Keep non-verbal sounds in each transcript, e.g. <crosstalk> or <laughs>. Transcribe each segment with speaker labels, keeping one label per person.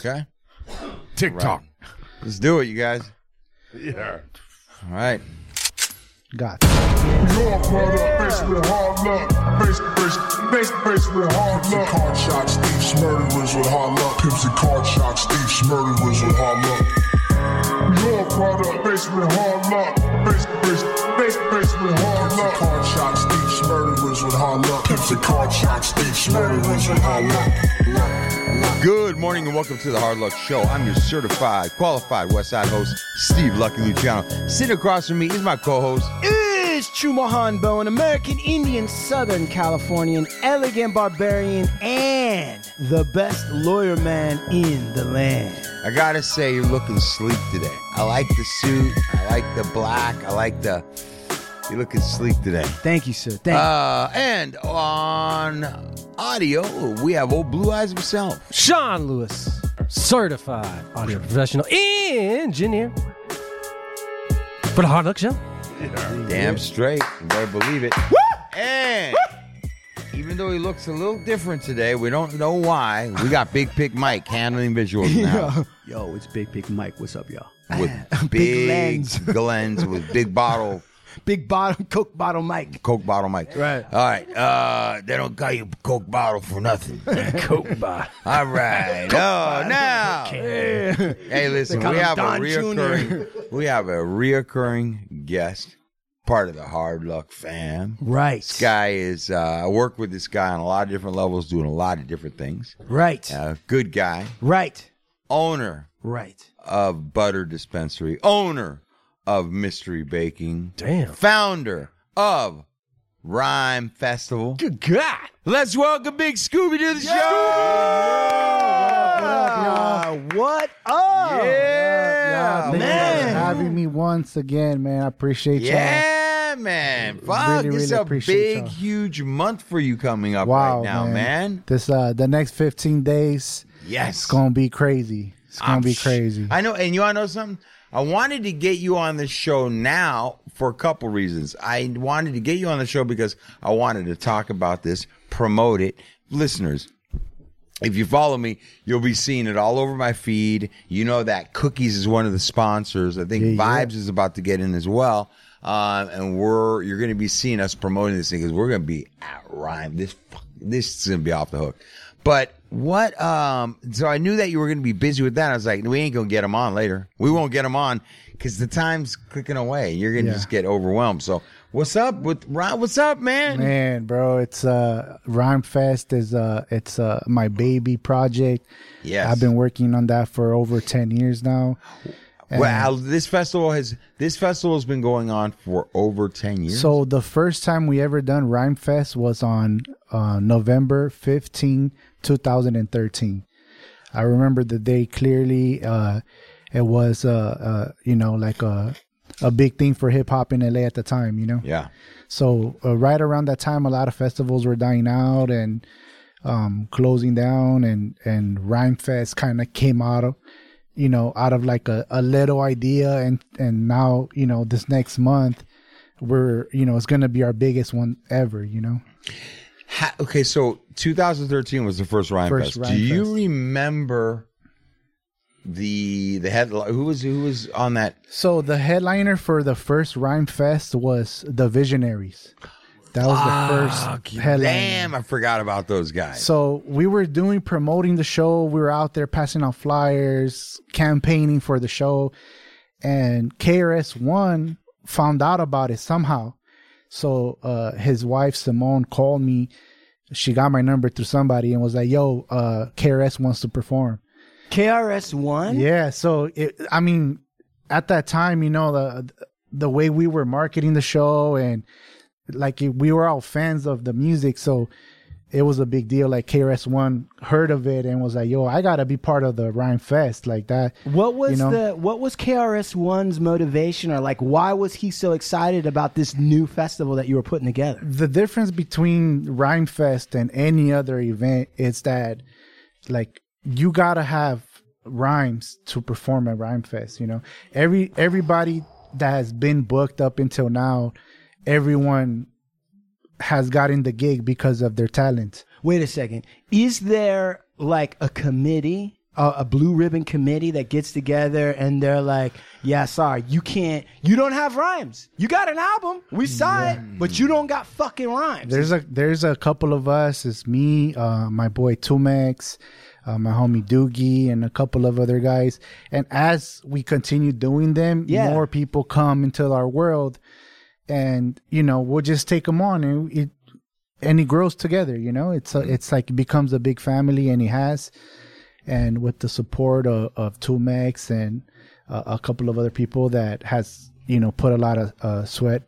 Speaker 1: Okay.
Speaker 2: <coughs> TikTok.
Speaker 1: Let's do it, you guys.
Speaker 2: Yeah.
Speaker 1: All right.
Speaker 3: Got it.
Speaker 4: You're brought up, faced with hard luck. Faced, faced, faced, faced with hard luck. Card shots, thieves, murderers with hard luck. Pimps and card shots, thieves, murderers with hard luck. You're brought up, faced with hard luck. Faced, faced, faced, faced with hard luck. Card shots, thieves, murderers with hard luck. Pimps and card shots, thieves, murderers with hard luck.
Speaker 1: Good morning and welcome to the Hard Luck Show. I'm your certified, qualified Westside host, Steve Lucky Luciano. Sitting across from me is my co-host.
Speaker 3: Is Chumahan Bo, an American Indian, Southern Californian, elegant barbarian, and the best lawyer man in the land.
Speaker 1: I gotta say, you're looking sleek today. I like the suit. I like the black. I like the. You're looking sleek today.
Speaker 3: Thank you, sir. Thank
Speaker 1: Uh, and on audio, we have old Blue Eyes himself.
Speaker 5: Sean Lewis, certified audio professional engineer for the Hard Luck Show.
Speaker 1: Damn straight. You better believe it. And even though he looks a little different today, we don't know why. We got Big Pick Mike handling
Speaker 3: <laughs>
Speaker 1: visuals now.
Speaker 6: Yo, it's Big Big Mike. What's up, y'all?
Speaker 1: With big,
Speaker 3: Big <laughs> lens.
Speaker 1: glens with big bottle,
Speaker 3: you. Big bottom, Coke bottle <laughs> Mike.
Speaker 1: Coke bottle Mike.
Speaker 3: Right.
Speaker 1: All right. Uh, they don't call you Coke bottle for
Speaker 3: <laughs>
Speaker 1: nothing.
Speaker 3: Coke bottle.
Speaker 1: All right. Oh, now. Hey, listen.
Speaker 3: They call
Speaker 1: We
Speaker 3: him
Speaker 1: have a
Speaker 3: Don <laughs>
Speaker 1: reoccurring. We have a reoccurring guest, part of the Hard Luck fam.
Speaker 3: Right.
Speaker 1: This guy is. Uh, I work with this guy on a lot of different levels, doing a lot of different things.
Speaker 3: Right.
Speaker 1: Uh, good guy.
Speaker 3: Right.
Speaker 1: Owner
Speaker 3: Right.
Speaker 1: of Butter Dispensary. Owner of Mystery Baking.
Speaker 5: Damn.
Speaker 1: Founder of Rhyme Festival.
Speaker 3: Good God.
Speaker 1: Let's welcome Big Scooby to the show.
Speaker 3: Uh, what up?
Speaker 1: Yeah,
Speaker 7: Thank you guys for
Speaker 1: man.
Speaker 7: having me once again, man. I appreciate
Speaker 1: Yeah, man. Fuck,
Speaker 7: Really,
Speaker 1: it's
Speaker 7: really
Speaker 1: a
Speaker 7: appreciate
Speaker 1: big,
Speaker 7: y'all.
Speaker 1: huge month for you coming up
Speaker 7: y'all. Wow,
Speaker 1: right now, man.
Speaker 7: This uh, the next fifteen days,
Speaker 1: Yes.
Speaker 7: it's gonna be crazy. It's gonna
Speaker 1: I'm
Speaker 7: be
Speaker 1: sh-
Speaker 7: crazy.
Speaker 1: I know, and you want to know something? I wanted to get you on the show now for a couple reasons. I wanted to get you on the show because I wanted to talk about this, promote it. Listeners, if you follow me, you'll be seeing it all over my feed. You know that Cookies is one of the sponsors. I think Vibes is about to get in as well. Um, and we're you're going to be seeing us promoting this thing because we're going to be at rhyme. This fuck- this is going to be off the hook. But what? Um, so I knew that you were going to be busy with that. I was like, we ain't going to get them on later. We won't get them on because the time's clicking away. You're going to
Speaker 7: Yeah.
Speaker 1: just get overwhelmed. So what's up with Rhyme? What's up, man?
Speaker 7: Man, bro, it's uh Rhyme Fest is uh it's uh my baby project.
Speaker 1: Yes.
Speaker 7: I've been working on that for over ten years now.
Speaker 1: Well, this festival has this festival has been going on for over ten years.
Speaker 7: So the first time we ever done Rhyme Fest was on uh, November 15, 2013. I remember the day clearly. Uh, it was, uh, uh, you know, like a, a big thing for hip hop in LA at the time, you know?
Speaker 1: yeah,
Speaker 7: So uh, right around that time, a lot of festivals were dying out and um, closing down, and and Rhyme Fest kind of came out of, you know, out of like a, a little idea, and and now you know this next month, we're you know it's gonna be our biggest one ever, you know.
Speaker 1: ha, okay. So 2013 was the first Rhyme
Speaker 7: First
Speaker 1: Fest.
Speaker 7: Rhyme
Speaker 1: Do you
Speaker 7: Fest.
Speaker 1: remember the the headline? Who was who was on that?
Speaker 7: So the headliner for the first Rhyme Fest was the Visionaries. That was the first headliner.
Speaker 1: Damn, I forgot about those guys.
Speaker 7: So we were doing promoting the show. We were out there passing out flyers, campaigning for the show, and KRS One found out about it somehow. So uh, his wife Simone called me. She got my number through somebody and was like, "Yo, uh, KRS wants to perform."
Speaker 3: KRS One.
Speaker 7: Yeah, so it, I mean, at that time, you know the the way we were marketing the show and like we were all fans of the music, so it was a big deal. Like KRS One heard of it and was like, "Yo, I gotta be part of the Rhyme Fest like that."
Speaker 3: What was
Speaker 7: you know?
Speaker 3: the what was KRS One's motivation, or like why was he so excited about this new festival that you were putting together?
Speaker 7: the difference between Rhyme Fest and any other event is that like you gotta have rhymes to perform at Rhyme Fest, you know. Every everybody that has been booked up until now, everyone has gotten the gig because of their talent.
Speaker 3: Wait a second, is there like a committee, a, a blue ribbon committee that gets together and they're like, "Yeah, sorry, you can't, you don't have rhymes. You got an album, we saw it, but you don't got fucking rhymes."
Speaker 7: There's a there's a couple of us. It's me, uh, my boy Tumex, uh, my homie Doogie, and a couple of other guys. And as we continue doing them,
Speaker 3: Yeah.
Speaker 7: more people come into our world, and you know we'll just take them on, and it and it grows together. You know, it's a, it's like it becomes a big family, and it has. And with the support of, of Tumex and uh, a couple of other people that has you know put a lot of uh, sweat,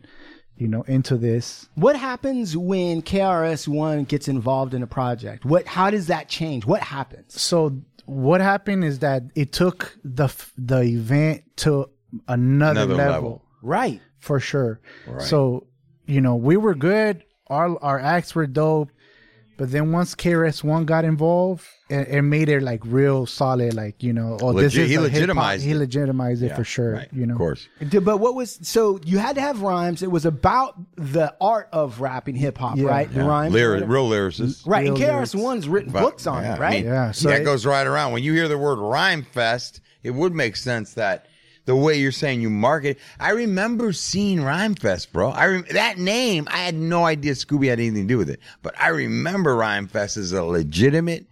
Speaker 7: you know, into this.
Speaker 3: What happens when KRS One gets involved in a project? What? How does that change? What happens?
Speaker 7: so what happened is that it took the f- the event to another,
Speaker 1: Another
Speaker 7: level,
Speaker 1: level.
Speaker 3: Right.
Speaker 7: for sure. So you know we were good. Our our acts were dope, but then once KRS One got involved, it, it made it like real solid. Like you know, oh, this
Speaker 1: Legit-
Speaker 7: is
Speaker 1: he
Speaker 7: a hip-hop-
Speaker 1: legitimized
Speaker 7: He
Speaker 1: it.
Speaker 7: legitimized it for sure.
Speaker 1: Right,
Speaker 7: You know,
Speaker 1: of course.
Speaker 3: D- But what was so you had to have rhymes. It was about the art of rapping hip hop,
Speaker 7: Yeah.
Speaker 3: right? The rhymes,
Speaker 1: Lyric, real lyricists.
Speaker 3: right? And
Speaker 7: Real
Speaker 3: KRS One's written
Speaker 1: But-
Speaker 3: books on
Speaker 1: yeah,
Speaker 3: it, right?
Speaker 1: I mean,
Speaker 7: Yeah, so
Speaker 1: that
Speaker 7: it-
Speaker 1: goes right around. When you hear the word rhyme fest, it would make sense that the way you're saying you market. I remember seeing rhyme fest, bro. I rem- that name. I had no idea Scooby had anything to do with it, but I remember rhyme fest as a legitimate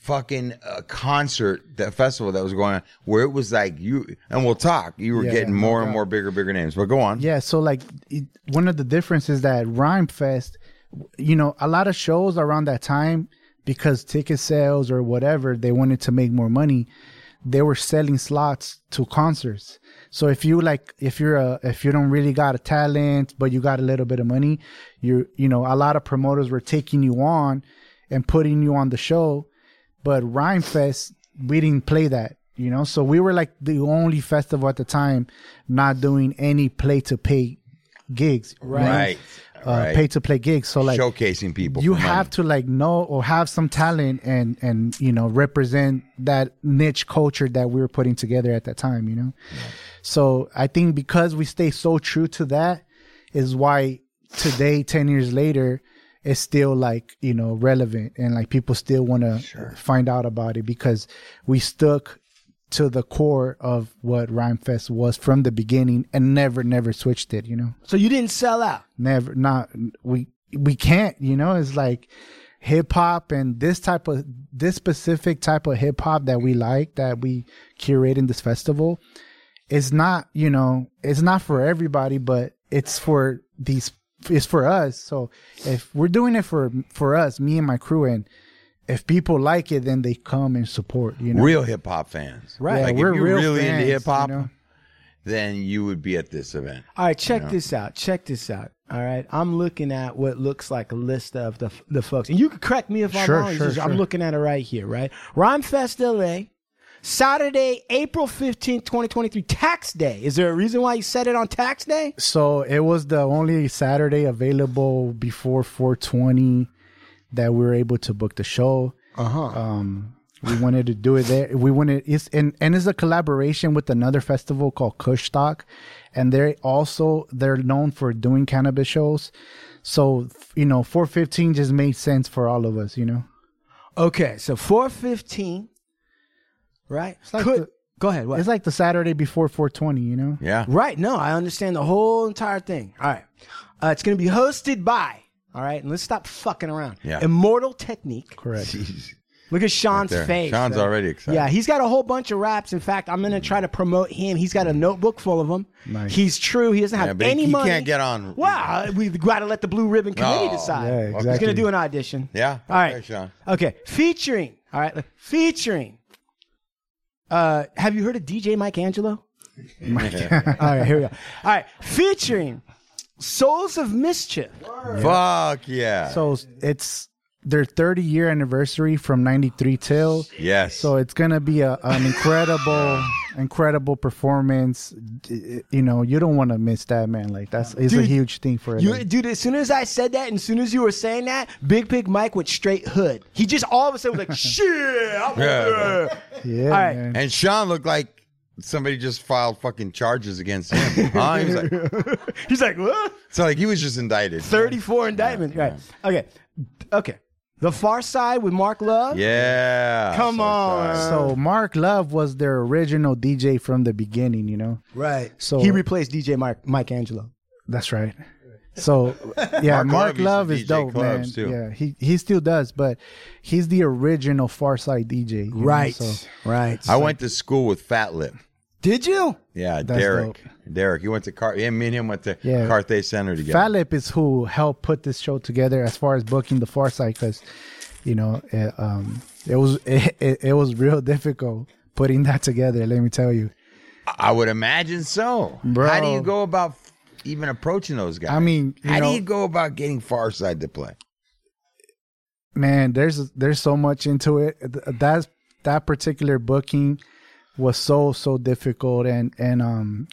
Speaker 1: fucking uh, concert, that festival that was going on, where it was like you and we'll talk. You were
Speaker 7: Yeah,
Speaker 1: getting
Speaker 7: yeah, no
Speaker 1: more and
Speaker 7: doubt.
Speaker 1: more bigger, bigger names. But go on.
Speaker 7: Yeah, so like it, one of the differences that Rhyme Fest, you know, a lot of shows around that time because ticket sales or whatever, they wanted to make more money, they were selling slots to concerts. So if you like if you're a if you don't really got a talent but you got a little bit of money, you you know, a lot of promoters were taking you on and putting you on the show but Rhyme Fest, we didn't play that, you know. So we were like the only festival at the time not doing any play to pay gigs, right?
Speaker 1: Right.
Speaker 7: Uh,
Speaker 1: Right.
Speaker 7: Pay to play gigs. So like
Speaker 1: Showcasing people.
Speaker 7: you
Speaker 1: for money.
Speaker 7: have to like know or have some talent and and you know represent that niche culture that we were putting together at that time you know so i think because we stay so true to that is why today 10 years later it's still like you know relevant and like people still want to find out about it because we stuck to the core of what Rhyme Fest was from the beginning and never never switched it you know
Speaker 3: So you didn't sell out.
Speaker 7: never not we we can't you know it's like hip hop and this type of this specific type of hip hop that we like that we curate in this festival it's not you know it's not for everybody but it's for these it's for us so if we're doing it for for us me and my crew and if people like it then they come and support you know
Speaker 1: real hip hop fans.
Speaker 7: Yeah,
Speaker 1: Like
Speaker 7: we're
Speaker 1: if you're
Speaker 7: real
Speaker 1: really
Speaker 7: fans,
Speaker 1: into hip hop,
Speaker 7: you know?
Speaker 1: then you would be at this event.
Speaker 3: All right, check this out. Check this out. All right, I'm looking at what looks like a list of the the folks, and you can correct me if I'm
Speaker 7: Sure,
Speaker 3: wrong.
Speaker 7: sure,
Speaker 3: Just- I'm
Speaker 7: sure.
Speaker 3: looking at it right here, right? Rhyme Fest LA, Saturday, April 15th, 2023, tax day. Is there a reason why you said it on tax day?
Speaker 7: So it was the only Saturday available before 420 that we were able to book the show. Uh
Speaker 3: Uh-huh.
Speaker 7: huh. Um, we wanted to do it there. We wanted it's and and it's a collaboration with another festival called Kushstock, and they're also they're known for doing cannabis shows. So you know, 415 just made sense for all of us. You know,
Speaker 3: Okay, so 415, right?
Speaker 7: like
Speaker 3: Could-
Speaker 7: the-
Speaker 3: go ahead. What?
Speaker 7: it's like the Saturday before 420. You know,
Speaker 1: Yeah.
Speaker 3: Right. No, I understand the whole entire thing. All right. Uh, it's going to be hosted by, all right, and let's stop fucking around.
Speaker 1: Yeah.
Speaker 3: Immortal Technique.
Speaker 7: correct.
Speaker 1: Jeez.
Speaker 3: Look at Sean's
Speaker 1: there.
Speaker 3: face.
Speaker 1: Sean's
Speaker 3: man.
Speaker 1: already excited.
Speaker 3: Yeah, he's got a whole bunch of raps. In fact, I'm going to try to promote him. He's got a notebook full of them.
Speaker 7: Nice.
Speaker 3: He's true. He doesn't have
Speaker 1: Mm. Yeah, but he-
Speaker 3: any
Speaker 1: he
Speaker 3: money.
Speaker 1: can't get on.
Speaker 3: Wow. We've got to let the Blue Ribbon Committee
Speaker 1: No.
Speaker 3: decide.
Speaker 7: Yeah,
Speaker 3: He's
Speaker 7: exactly.
Speaker 3: going to do an audition.
Speaker 1: Yeah.
Speaker 3: All right.
Speaker 1: Okay,
Speaker 7: <laughs>
Speaker 1: Sean.
Speaker 3: Okay. Featuring. All right. Featuring. Uh, have you heard of DJ Mike Angelo? <laughs>
Speaker 1: <laughs>
Speaker 3: All right, here we go. All right, featuring Souls of Mischief.
Speaker 1: Fuck yeah.
Speaker 7: So it's their 30 year anniversary from 93 till.
Speaker 1: Yes.
Speaker 7: So it's going to be a, an incredible, incredible performance. D- You know, you don't want to miss that, man. Like, that's it's a
Speaker 3: Dude,
Speaker 7: huge thing for
Speaker 3: You,
Speaker 7: LA.
Speaker 3: dude, as soon as I said that, and as soon as you were saying that, Big Pig Mike went straight hood. He just all of a sudden was like, <laughs> "Shit!" I want-"
Speaker 1: Yeah.
Speaker 7: Yeah.
Speaker 3: right.
Speaker 7: man.
Speaker 1: And Sean looked like somebody just filed fucking charges against him. huh? He was
Speaker 7: <laughs>
Speaker 1: like,
Speaker 3: He's like, "What?"
Speaker 1: so like he was just indicted.
Speaker 3: Thirty-four indictments. Right. Okay. Okay. The Far Side with Mark Love.
Speaker 1: Yeah.
Speaker 3: Come
Speaker 1: So
Speaker 3: on.
Speaker 1: sorry.
Speaker 7: So Mark Love was their original DJ from the beginning, you know.
Speaker 3: Right.
Speaker 7: So-
Speaker 3: he replaced DJ Mike Mike Angelo.
Speaker 7: That's right.
Speaker 3: <laughs>
Speaker 7: So yeah,
Speaker 1: Mark Love
Speaker 7: Mark,
Speaker 1: used to
Speaker 7: Love is
Speaker 1: DJ
Speaker 7: dope,
Speaker 1: clubs,
Speaker 7: man.
Speaker 1: too.
Speaker 7: Yeah, he he still does, but he's the original Far Side DJ. you know,
Speaker 3: Right.
Speaker 7: Mm-hmm. so
Speaker 3: Right.
Speaker 1: I went to school with Fat Lip.
Speaker 3: Did you?
Speaker 1: Yeah,
Speaker 7: That's
Speaker 1: Derek. Derek, you went to Car. Yeah, me and him went to
Speaker 7: Yeah.
Speaker 1: Carthay Center together.
Speaker 7: Fallip is who helped put this show together as far as booking the Far Side, because you know it, um, it was <laughs> it, it, it was real <laughs> difficult putting that together. Let me tell you.
Speaker 1: I would imagine so.
Speaker 7: Bro.
Speaker 1: How do you go about even approaching those guys?
Speaker 7: I mean, you
Speaker 1: how
Speaker 7: know,
Speaker 1: do you go about getting Far Side to play?
Speaker 7: man there's there's so much into it Th- that's that particular booking was so so difficult and and um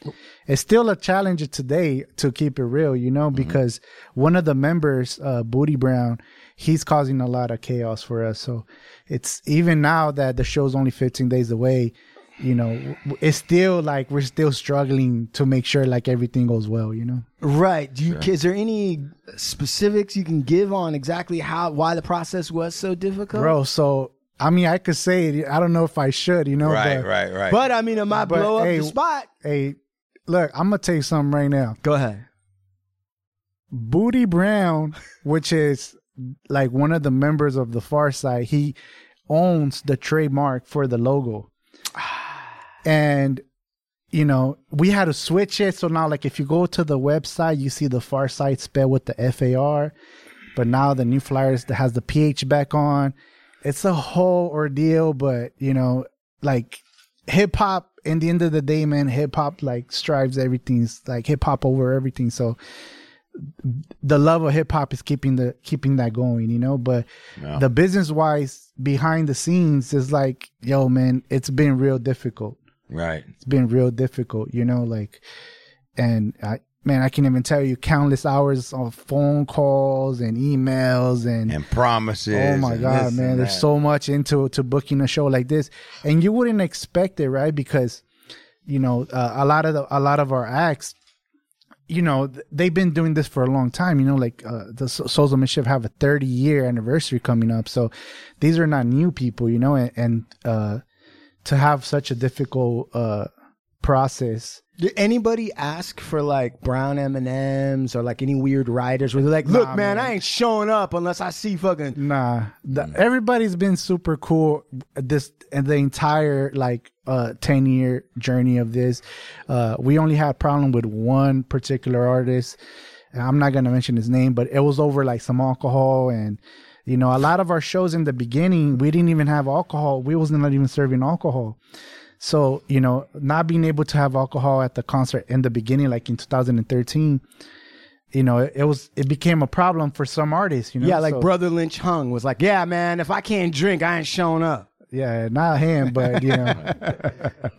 Speaker 7: it's still a challenge today to keep it real you know because one of the members uh booty brown he's causing a lot of chaos for us so it's even now that the show's only 15 days away you know w- w- it's still like we're still struggling to make sure like everything goes well you know
Speaker 3: Right. Do you, Is there any specifics you can give on exactly how why the process was so difficult?
Speaker 7: bro so i mean i could say it i don't know if i should you know
Speaker 1: Right,
Speaker 7: but-
Speaker 1: right, right.
Speaker 3: But I mean, am I
Speaker 7: But,
Speaker 3: blow up
Speaker 7: hey,
Speaker 3: the spot?
Speaker 7: Hey, look, I'm gonna tell you something right now.
Speaker 3: Go ahead.
Speaker 7: Booty Brown, which is like one of the members of the Far Side, he owns the trademark for the logo. And you know, we had to switch it. So now like if you go to the website, you see the Far Side spelled with the F A R. But now the new flyers that has the PH back on. It's a whole ordeal, but you know, like hip hop in the end of the day, man, hip hop like strives everything's like hip hop over everything. So the love of hip hop is keeping the keeping that going, you know. But the business wise behind the scenes is like, yo, man, it's been real difficult.
Speaker 1: right.
Speaker 7: It's been real difficult, you know, like and I man, I can even tell you countless hours of phone calls and emails and,
Speaker 1: And promises.
Speaker 7: Oh my
Speaker 1: and
Speaker 7: god,
Speaker 1: this
Speaker 7: man!
Speaker 1: and
Speaker 7: There's
Speaker 1: that.
Speaker 7: so much into to booking a show like this, and you wouldn't expect it, right? Because you know uh, a lot of the, a lot of our acts, you know, th- they've been doing this for a long time. You know, like uh, the So- Souls of Mischief have a 30 year anniversary coming up, so these are not new people, you know, and, and uh, to have such a difficult uh, process.
Speaker 3: Did anybody ask for like brown M and M's or like any weird riders where they're like, "Look, man, I ain't showing up unless I see fucking."
Speaker 7: Nah, the, everybody's been super cool. This and the entire like uh ten year journey of this, uh, we only had problem with one particular artist. And I'm not gonna mention his name, but it was over like some alcohol and you know a lot of our shows in the beginning we didn't even have alcohol. We was not even serving alcohol. So you know not being able to have alcohol at the concert in the beginning, like in 2013. You know, it, it was it became a problem for some artists. You know,
Speaker 3: Yeah, like
Speaker 7: So-
Speaker 3: Brother Lynch Hung was like, "Yeah, man, if I can't drink, I ain't showing up."
Speaker 7: Yeah, not him, but you know,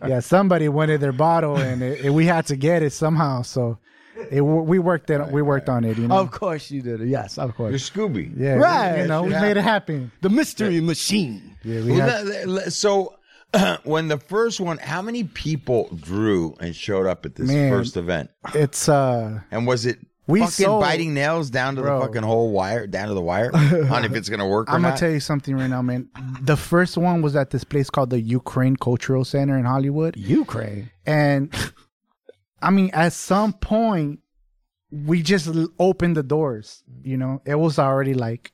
Speaker 7: yeah, somebody wanted their bottle, and it, it- we had to get it somehow. So, it, we worked it. We worked on it. You know,
Speaker 3: Of course you did. it. Yes, of course.
Speaker 1: You're Scooby.
Speaker 7: yeah, we-
Speaker 3: right.
Speaker 7: You know, we made it happen.
Speaker 3: The Mystery Machine.
Speaker 7: Yeah, we
Speaker 1: Well,
Speaker 7: had,
Speaker 1: le- le- le- so <clears throat> when the first one, how many people drew and showed up at this
Speaker 7: Man.
Speaker 1: first event?
Speaker 7: it's uh,
Speaker 1: And was it
Speaker 7: We
Speaker 1: fucking
Speaker 7: sold-
Speaker 1: biting nails down to
Speaker 7: Bro.
Speaker 1: the fucking whole wire, down to the
Speaker 7: <laughs>
Speaker 1: wire, on if it's gonna work or
Speaker 7: I'm gonna
Speaker 1: not?
Speaker 7: tell you something right now, man. The first one was at this place called the Ukraine Cultural Center in Hollywood.
Speaker 3: Ukraine.
Speaker 7: And I mean, at some point, we just l- opened the doors. You know, it was already like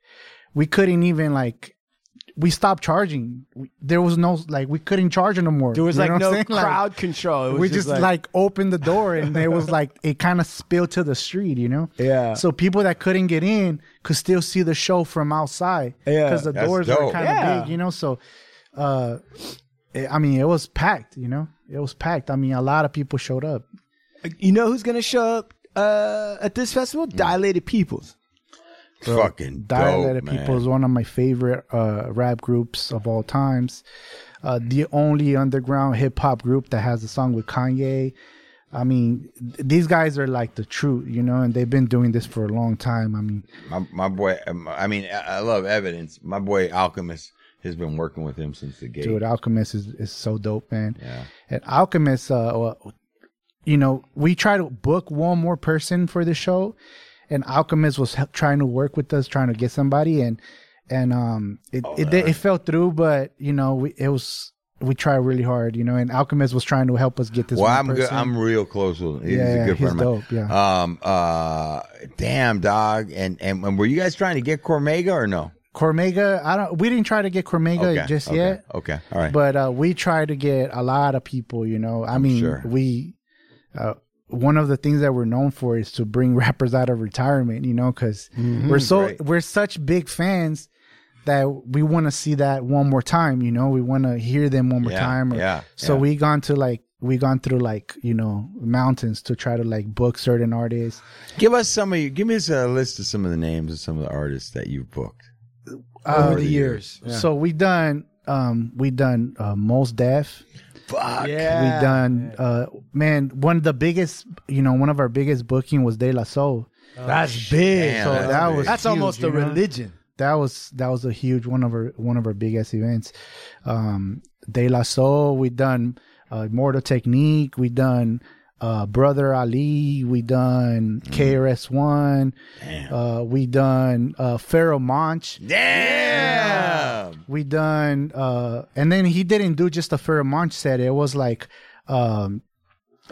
Speaker 7: we couldn't even like we stopped charging. We- There was no like we couldn't charge no more.
Speaker 3: There was
Speaker 7: You
Speaker 3: like
Speaker 7: know what I'm
Speaker 3: no
Speaker 7: saying? Like,
Speaker 3: crowd control. It was
Speaker 7: we just like, opened the door and it
Speaker 3: <laughs>
Speaker 7: was like it kind of spilled to the street, you know.
Speaker 3: Yeah.
Speaker 7: So people that couldn't get in could still see the show from outside.
Speaker 3: Yeah.
Speaker 7: Because the
Speaker 1: That's
Speaker 7: doors were
Speaker 1: dope.
Speaker 7: kind of
Speaker 3: Yeah.
Speaker 7: big, you know. So, uh, it- I mean, it was packed, you know. It was packed. I mean, a lot of people showed up.
Speaker 3: Mm. You know who's gonna show up uh, at this festival? Dilated Peoples.
Speaker 7: bro.
Speaker 1: Fucking
Speaker 7: Dialect
Speaker 1: dope,
Speaker 7: of
Speaker 1: man.
Speaker 7: People is one of my favorite uh, rap groups of all times. Uh, the only underground hip hop group that has a song with Kanye. I mean, th- these guys are like the truth, you know, and they've been doing this for a long time. I mean,
Speaker 1: My, my boy, um, I mean, I I love evidence. My boy Alchemist has been working with him since the gate.
Speaker 7: dude, Alchemist is, is so dope, man.
Speaker 1: Yeah.
Speaker 7: And Alchemist, uh, well, you know, we try to book one more person for the show, and Alchemist was he- trying to work with us, trying to get somebody, and and um, it
Speaker 1: Oh,
Speaker 7: it, did- it fell through, but you know, we it was we tried really hard, you know, and Alchemist was trying to help us get this.
Speaker 1: Well,
Speaker 7: one
Speaker 1: I'm good.
Speaker 7: person.
Speaker 1: I'm real close with him. He's
Speaker 7: Yeah,
Speaker 1: a
Speaker 7: yeah,
Speaker 1: good
Speaker 7: he's
Speaker 1: friend of mine.
Speaker 7: dope,
Speaker 1: Um, uh, damn dog. And, and and were you guys trying to get Cormega or no?
Speaker 7: Cormega. I don't. We didn't try to get Cormega
Speaker 1: Okay,
Speaker 7: just
Speaker 1: okay,
Speaker 7: yet.
Speaker 1: okay. All right.
Speaker 7: But uh, we try to get a lot of people. You know, I mean,
Speaker 1: sure.
Speaker 7: we. Uh, one of the things that we're known for is to bring <laughs> rappers out of retirement. You know, because we're so
Speaker 1: Mm-hmm. Right.
Speaker 7: we're such big fans that we want to see that one more time. You know, we want to hear them one more
Speaker 1: Yeah,
Speaker 7: time. or-
Speaker 1: yeah,
Speaker 7: So
Speaker 1: yeah.
Speaker 7: we gone to like we gone through like you know mountains to try to like book certain artists.
Speaker 1: Give us some of you. Give me a list of some of the names of some of the artists that you've booked.
Speaker 5: Over the years. Yeah.
Speaker 7: So we done um we done uh, most deaf.
Speaker 1: Fuck.
Speaker 7: we done uh man one of the biggest you know one of our biggest booking was de la soul
Speaker 3: Oh,
Speaker 5: That's
Speaker 7: big
Speaker 1: Damn,
Speaker 7: so
Speaker 1: that's
Speaker 7: that
Speaker 1: big.
Speaker 7: was
Speaker 1: That's
Speaker 7: huge,
Speaker 5: almost
Speaker 7: you
Speaker 5: a
Speaker 7: know?
Speaker 5: religion.
Speaker 7: that was that was a huge one of our one of our biggest events um de la soul we done uh mortal technique we done uh brother ali we done krs1 uh we done uh pharaoh monch
Speaker 1: Damn.
Speaker 7: we done uh and then he didn't do just a fair month set it was like um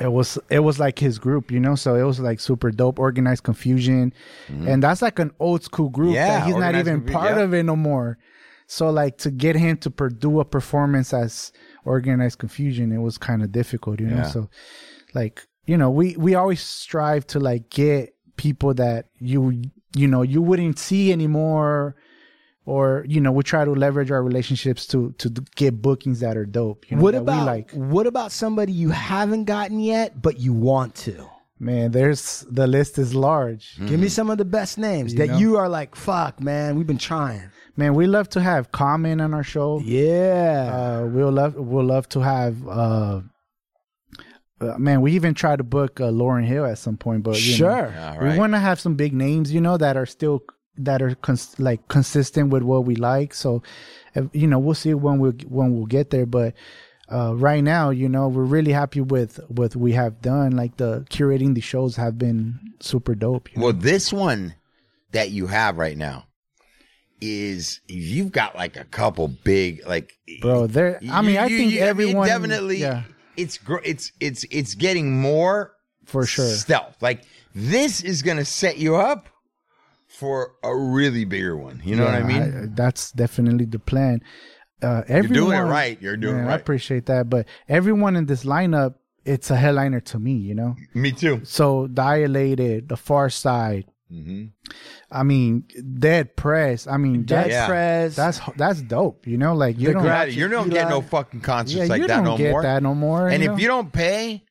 Speaker 7: it was it was like his group you know so it was like super dope organized confusion and that's like an old school
Speaker 1: Mm-hmm.
Speaker 7: group
Speaker 1: Yeah,
Speaker 7: that he's not
Speaker 1: Organized
Speaker 7: even
Speaker 1: Confu-
Speaker 7: part
Speaker 1: yeah.
Speaker 7: of it no more so like to get him to per- do a performance as organized confusion it was kind of difficult you know
Speaker 1: Yeah.
Speaker 7: so like you know we we always strive to like get people that you you know you wouldn't see anymore or you know we try to leverage our relationships to to d- get bookings that are dope you know
Speaker 5: What
Speaker 7: that
Speaker 5: about
Speaker 7: we like
Speaker 5: what about somebody you haven't gotten yet, but you want to?
Speaker 7: man there's the list is large
Speaker 3: Mm-hmm.
Speaker 5: Give me some of the best names that
Speaker 7: Mm-hmm. know?
Speaker 5: you are like, fuck, man, we've been trying.
Speaker 7: man we love to have comment on our show
Speaker 5: Yeah.
Speaker 7: uh we'll love we'll love to have uh uh, man, we even tried to book uh, Lauren Hill at some point, but you know,
Speaker 5: sure.
Speaker 1: All
Speaker 7: we
Speaker 1: right.
Speaker 7: want to have some big names you know that are still that are cons- like consistent with what we like so if- you know we'll see when we when we'll get there but uh, right now you know we're really happy with what we have done like the curating the shows have been super dope you know?
Speaker 1: Well, this one that you have right now is you've got like a couple big like
Speaker 7: bro there i mean
Speaker 1: you-
Speaker 7: i
Speaker 1: you-
Speaker 7: think
Speaker 1: you-
Speaker 7: everyone
Speaker 1: definitely
Speaker 7: yeah
Speaker 1: it's gr- it's it's it's getting more
Speaker 7: for sure
Speaker 1: stealth. Like this is gonna set you up for a really bigger one. You know what I
Speaker 7: Yeah, uh,
Speaker 1: mean?
Speaker 7: that's definitely the plan. Uh,
Speaker 1: You're
Speaker 7: everyone,
Speaker 1: doing it right. You're doing
Speaker 7: man,
Speaker 1: it
Speaker 7: I
Speaker 1: right.
Speaker 7: appreciate that, but everyone in this lineup, it's a headliner to me. You know,
Speaker 1: Me too.
Speaker 7: so dilated, the far side.
Speaker 1: Mm-hmm.
Speaker 7: I mean, dead press. I mean,
Speaker 5: Dead
Speaker 7: that's,
Speaker 1: Yeah.
Speaker 5: Prez.
Speaker 7: that's that's dope. You know, like you
Speaker 5: The
Speaker 7: don't,
Speaker 5: Grouch-
Speaker 1: You don't
Speaker 5: Eli.
Speaker 1: get no fucking concerts
Speaker 7: yeah,
Speaker 1: like
Speaker 7: you
Speaker 1: that
Speaker 7: don't
Speaker 1: no
Speaker 7: get
Speaker 1: more.
Speaker 7: that no more.
Speaker 1: and
Speaker 7: know?
Speaker 1: if you don't pay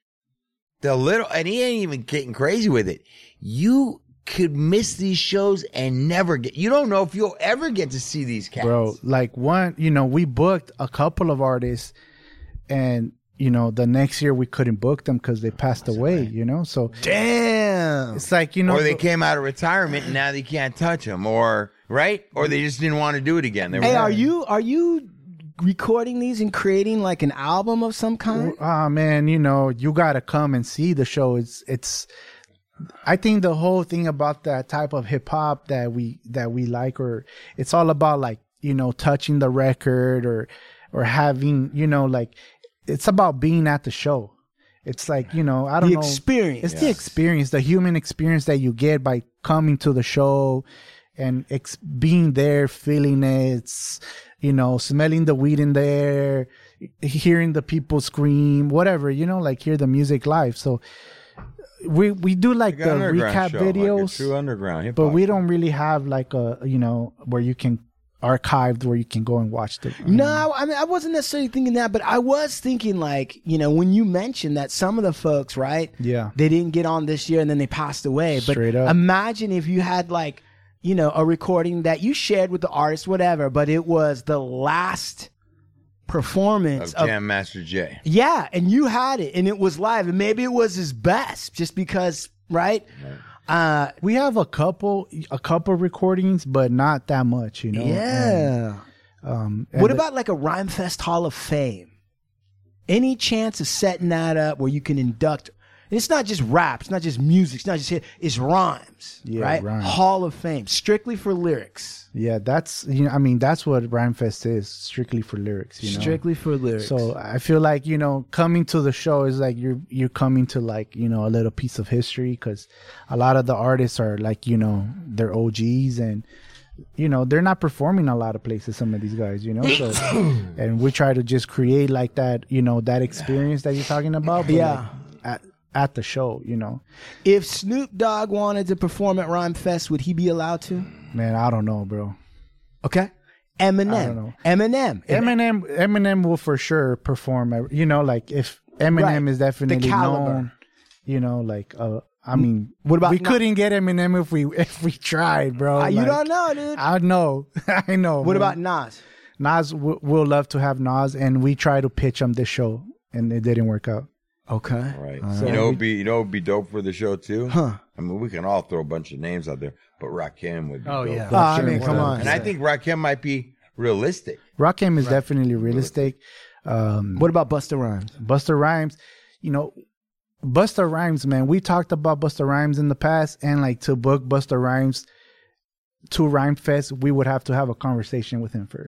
Speaker 1: the little, and he ain't even getting crazy with it, you could miss these shows and never get. You don't know if you'll ever get to see these cats,
Speaker 7: bro like one you know we booked a couple of artists and you know the next year we couldn't book them because they passed away you know so damn it's like you know
Speaker 1: Oh. or they came out of retirement and now they can't touch them, or right, or they just didn't want to do it again. They were
Speaker 5: Hey, are
Speaker 1: like,
Speaker 5: you are you recording these and creating like an album of some kind?
Speaker 7: oh man you know you gotta come and see the show it's it's i think the whole thing about that type of hip-hop that we that we like or it's all about like you know touching the record or or having you know like it's about being at the show it's like you know i don't
Speaker 5: The
Speaker 7: know
Speaker 5: experience.
Speaker 7: It's the experience, the human experience that you get by coming to the show and ex- being there, feeling it, s- you know, smelling the weed in the air, hearing the people scream, whatever, you know, like hear the music live. So we we do like
Speaker 1: Like an
Speaker 7: the
Speaker 1: underground
Speaker 7: recap
Speaker 1: show, like a
Speaker 7: videos,
Speaker 1: true underground hip
Speaker 7: but
Speaker 1: hop.
Speaker 7: we don't really have like a you know where you can archived where you can go and watch the
Speaker 1: Mm-hmm.
Speaker 5: No, I I mean I wasn't necessarily thinking that, but I was thinking like you know when you mentioned that some of the folks, right?
Speaker 7: Yeah.
Speaker 5: they didn't get on this year and then they passed away. But
Speaker 7: Straight up.
Speaker 5: imagine if you had like
Speaker 3: you know, a recording that you shared with the artist, whatever, but it was the last performance
Speaker 1: of
Speaker 3: of
Speaker 1: Jam Master Jay.
Speaker 3: yeah, and you had it, and it was live, and maybe it was his best, just because, right? Uh,
Speaker 7: We have a couple, a couple recordings, but not that much, you know. And,
Speaker 3: yeah.
Speaker 7: um,
Speaker 3: what
Speaker 7: and-
Speaker 3: about like a Rhyme Fest Hall of Fame? Any chance of setting that up where you can induct? And it's not just rap, it's not just music, it's not just hit, it's rhymes,
Speaker 7: Yeah,
Speaker 3: right?
Speaker 7: rhymes.
Speaker 3: Hall of Fame, strictly for lyrics,
Speaker 7: Yeah, that's you know, I mean, that's what Rhymefest is strictly for lyrics. You know?
Speaker 3: strictly for lyrics.
Speaker 7: So I feel like you know, coming to the show is like you're you're coming to like you know a little piece of history because a lot of the artists are like you know they're OGs and you know they're not performing a lot of places. Some of these guys, you know, so and we try to just create like that you know that experience that you're talking about. but,
Speaker 3: Yeah.
Speaker 7: like, at at the show, you know,
Speaker 3: if Snoop Dogg wanted to perform at Rhyme Fest, would he be allowed to?
Speaker 7: man, I don't know, bro.
Speaker 3: Okay. Eminem.
Speaker 7: know.
Speaker 3: Eminem. If
Speaker 7: Eminem Eminem will for sure perform. at- You know, like if Eminem
Speaker 3: Right.
Speaker 7: is definitely
Speaker 3: caliber.
Speaker 7: known. You know, like uh, I mean,
Speaker 3: What about
Speaker 7: we
Speaker 3: not-
Speaker 7: couldn't get Eminem if we <laughs> if we tried, bro.
Speaker 3: Uh, you
Speaker 7: Like,
Speaker 3: don't know, dude.
Speaker 7: I know, <laughs> I know.
Speaker 3: what about
Speaker 7: man.
Speaker 3: Nas?
Speaker 7: Nas? W- we'll love to have Nas, and we tried to pitch him this show, and it didn't work out.
Speaker 3: Okay.
Speaker 1: Right.
Speaker 7: Uh,
Speaker 1: you know, it'd be you know, it'd be dope for the show too. Huh. I mean, we can all throw a bunch of names out there, but Rakim would. Be
Speaker 5: Oh,
Speaker 1: dope.
Speaker 5: yeah.
Speaker 7: Oh, I
Speaker 3: sure,
Speaker 7: mean,
Speaker 3: why
Speaker 7: come
Speaker 3: not?
Speaker 7: on.
Speaker 1: And I think Rakim might be realistic.
Speaker 7: Rakim is definitely realistic. Um,
Speaker 3: What about Busta Rhymes?
Speaker 7: Buster Rhymes, you know, Buster Rhymes, man, we talked about Buster Rhymes in the past, and like to book Buster Rhymes to Rhyme Fest, we would have to have a conversation with him first.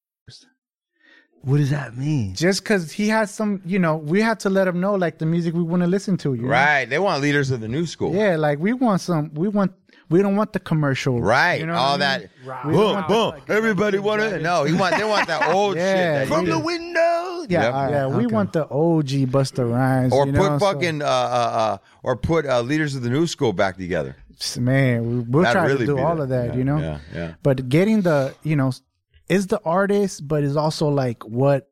Speaker 3: What does that mean?
Speaker 7: Just because he has some, you know, we had to let him know like the music we want to listen to. You know?
Speaker 1: Right. They want leaders of the new school.
Speaker 7: Yeah, like we want some. We want. We don't want the commercial.
Speaker 1: Right.
Speaker 7: You know
Speaker 1: all
Speaker 7: what I
Speaker 1: that.
Speaker 7: mean?
Speaker 1: Boom, boom. Everybody want to. No, he want, they want that
Speaker 7: <laughs>
Speaker 1: old
Speaker 7: Yeah,
Speaker 1: shit. That
Speaker 7: from
Speaker 1: he
Speaker 7: the
Speaker 1: did.
Speaker 3: window.
Speaker 7: Yeah,
Speaker 1: Yep.
Speaker 7: yeah. We want the OG Buster Rhymes.
Speaker 1: Or
Speaker 7: you
Speaker 1: put
Speaker 7: know, so-
Speaker 1: fucking, uh, uh, uh, or put uh, leaders of the new school back together.
Speaker 7: man, we- we'll
Speaker 1: That'd
Speaker 7: try
Speaker 1: really
Speaker 7: to do
Speaker 1: be
Speaker 7: all
Speaker 1: the-
Speaker 7: of that,
Speaker 1: yeah,
Speaker 7: you know.
Speaker 1: yeah, yeah.
Speaker 7: But getting the, you know, is the artist, but it's also like what,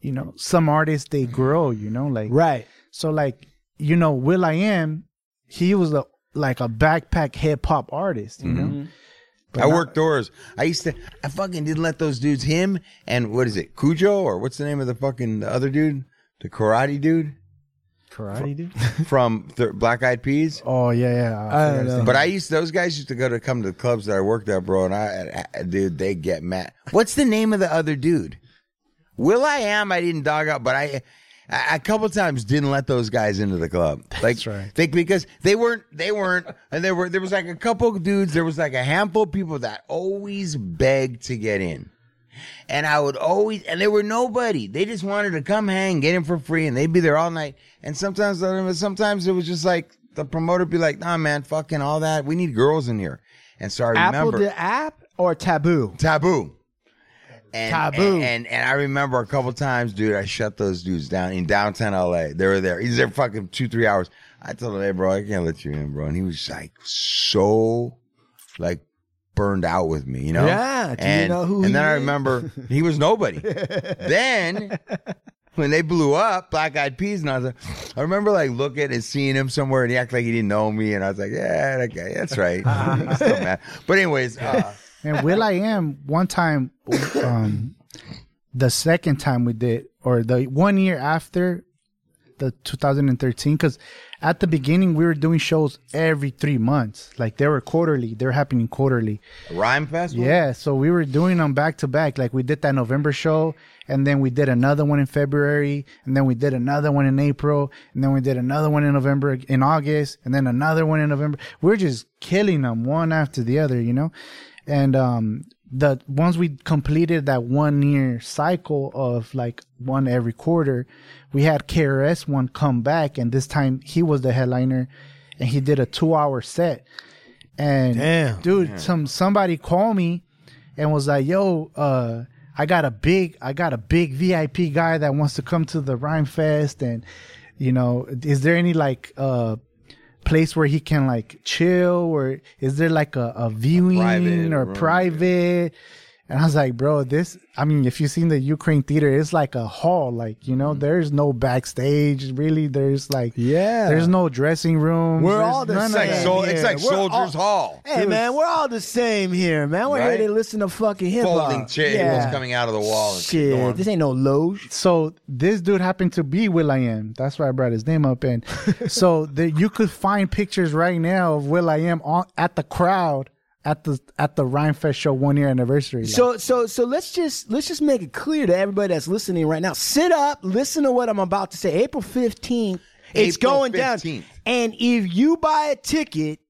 Speaker 7: you know, some artists they
Speaker 1: Mm-hmm.
Speaker 7: grow, you know, like
Speaker 3: Right.
Speaker 7: So like, you know, Will I Am, he was a like a backpack hip hop artist, you
Speaker 1: Mm-hmm.
Speaker 7: know.
Speaker 1: I worked doors. I used to. I fucking didn't let those dudes. Him and what is it, Cujo or what's the name of the fucking the other dude, the karate dude
Speaker 5: Karate dude.
Speaker 1: from th- Black Eyed Peas.
Speaker 7: Oh yeah, yeah. I forgot his name.
Speaker 1: But I used those guys used to go to come to the clubs that I worked at, bro. And I, I dude, they get mad. What's the name of the other dude? Will I am. I didn't dog out, but I. I a couple times didn't let those guys into the club, like
Speaker 7: right.
Speaker 1: they, because they weren't, they weren't, and there were there was like a couple dudes, there was like a handful of people that always begged to get in, and I would always, and they were nobody. They just wanted to come hang, get in for free, and they'd be there all night. And sometimes, sometimes it was just like the promoter be like, "Nah, man, fucking all that. We need girls in here." And so I
Speaker 3: Apple
Speaker 1: remember
Speaker 3: to app or taboo?
Speaker 1: taboo. And,
Speaker 3: Taboo.
Speaker 1: And, and and I remember a couple times, dude, I shut those dudes down in downtown LA. They were there. He's there fucking two, three hours. I told him, hey, bro, I can't let you in, bro. And he was like so like burned out with me, you know?
Speaker 3: Yeah. Do you
Speaker 1: and,
Speaker 3: know who
Speaker 1: And
Speaker 3: he
Speaker 1: then I
Speaker 3: is?
Speaker 1: remember he was
Speaker 3: <laughs>
Speaker 1: nobody. then when they blew up, Black Eyed Peas, and I was like, I remember like looking and seeing him somewhere, and he acted like he didn't know me, and I was like, yeah, okay, that's
Speaker 3: <laughs>
Speaker 1: right. I'm still mad. But anyways, uh,
Speaker 7: And Will I Am, one time, um, the second time we did, or the one year after the 2013, because at the beginning we were doing shows every three months. Like they were quarterly, they were happening quarterly.
Speaker 1: Rhyme Festival.
Speaker 7: Yeah, so we were doing them back to back. Like we did that November show, and then we did another one in February, and then we did another one in April, and then we did another one in November, in August, and then another one in November. We're just killing them one after the other, you know. And um, the once we completed that one year cycle of like one every quarter, we had KRS One come back, and this time he was the headliner, and he did a two hour set And
Speaker 5: Damn.
Speaker 7: dude, some somebody called me and was like, "Yo, uh, I got a big, I got a big VIP guy that wants to come to the Rhyme Fest, and you know, is there any like uh place where he can like chill, or is there like a, a viewing
Speaker 1: private
Speaker 7: or
Speaker 1: room,
Speaker 7: private?" And I was like, bro, this, I mean, if you've seen the Ukraine theater, it's like a hall. Like, you know,
Speaker 3: Mm-hmm.
Speaker 7: there's no backstage, really. There's like,
Speaker 3: Yeah.
Speaker 7: there's no dressing room.
Speaker 3: We're
Speaker 7: There's
Speaker 3: all the
Speaker 1: It's
Speaker 7: none of
Speaker 1: like,
Speaker 3: Man,
Speaker 7: that.
Speaker 1: sol-
Speaker 3: yeah,
Speaker 1: it's like
Speaker 3: we're all-
Speaker 1: Soldiers Hall.
Speaker 3: Hey man, we're all the same here, man. We're
Speaker 1: Right?
Speaker 3: here to listen to fucking hip hop.
Speaker 1: Folding chair was coming out of the wall. And shit.
Speaker 3: Shit, this ain't no loge.
Speaker 7: so this dude happened to be Will I Am. That's why I brought his name
Speaker 1: <laughs>
Speaker 7: up. And so there, you could find pictures right now of Will I Am on, at the crowd at the at the Rhymefest show one year anniversary. Like,
Speaker 3: So so so let's just let's just make it clear to everybody that's listening right now. Sit up, listen to what I'm about to say. April 15th, it's
Speaker 1: April
Speaker 3: going
Speaker 1: 15th.
Speaker 3: down. And if you buy a ticket,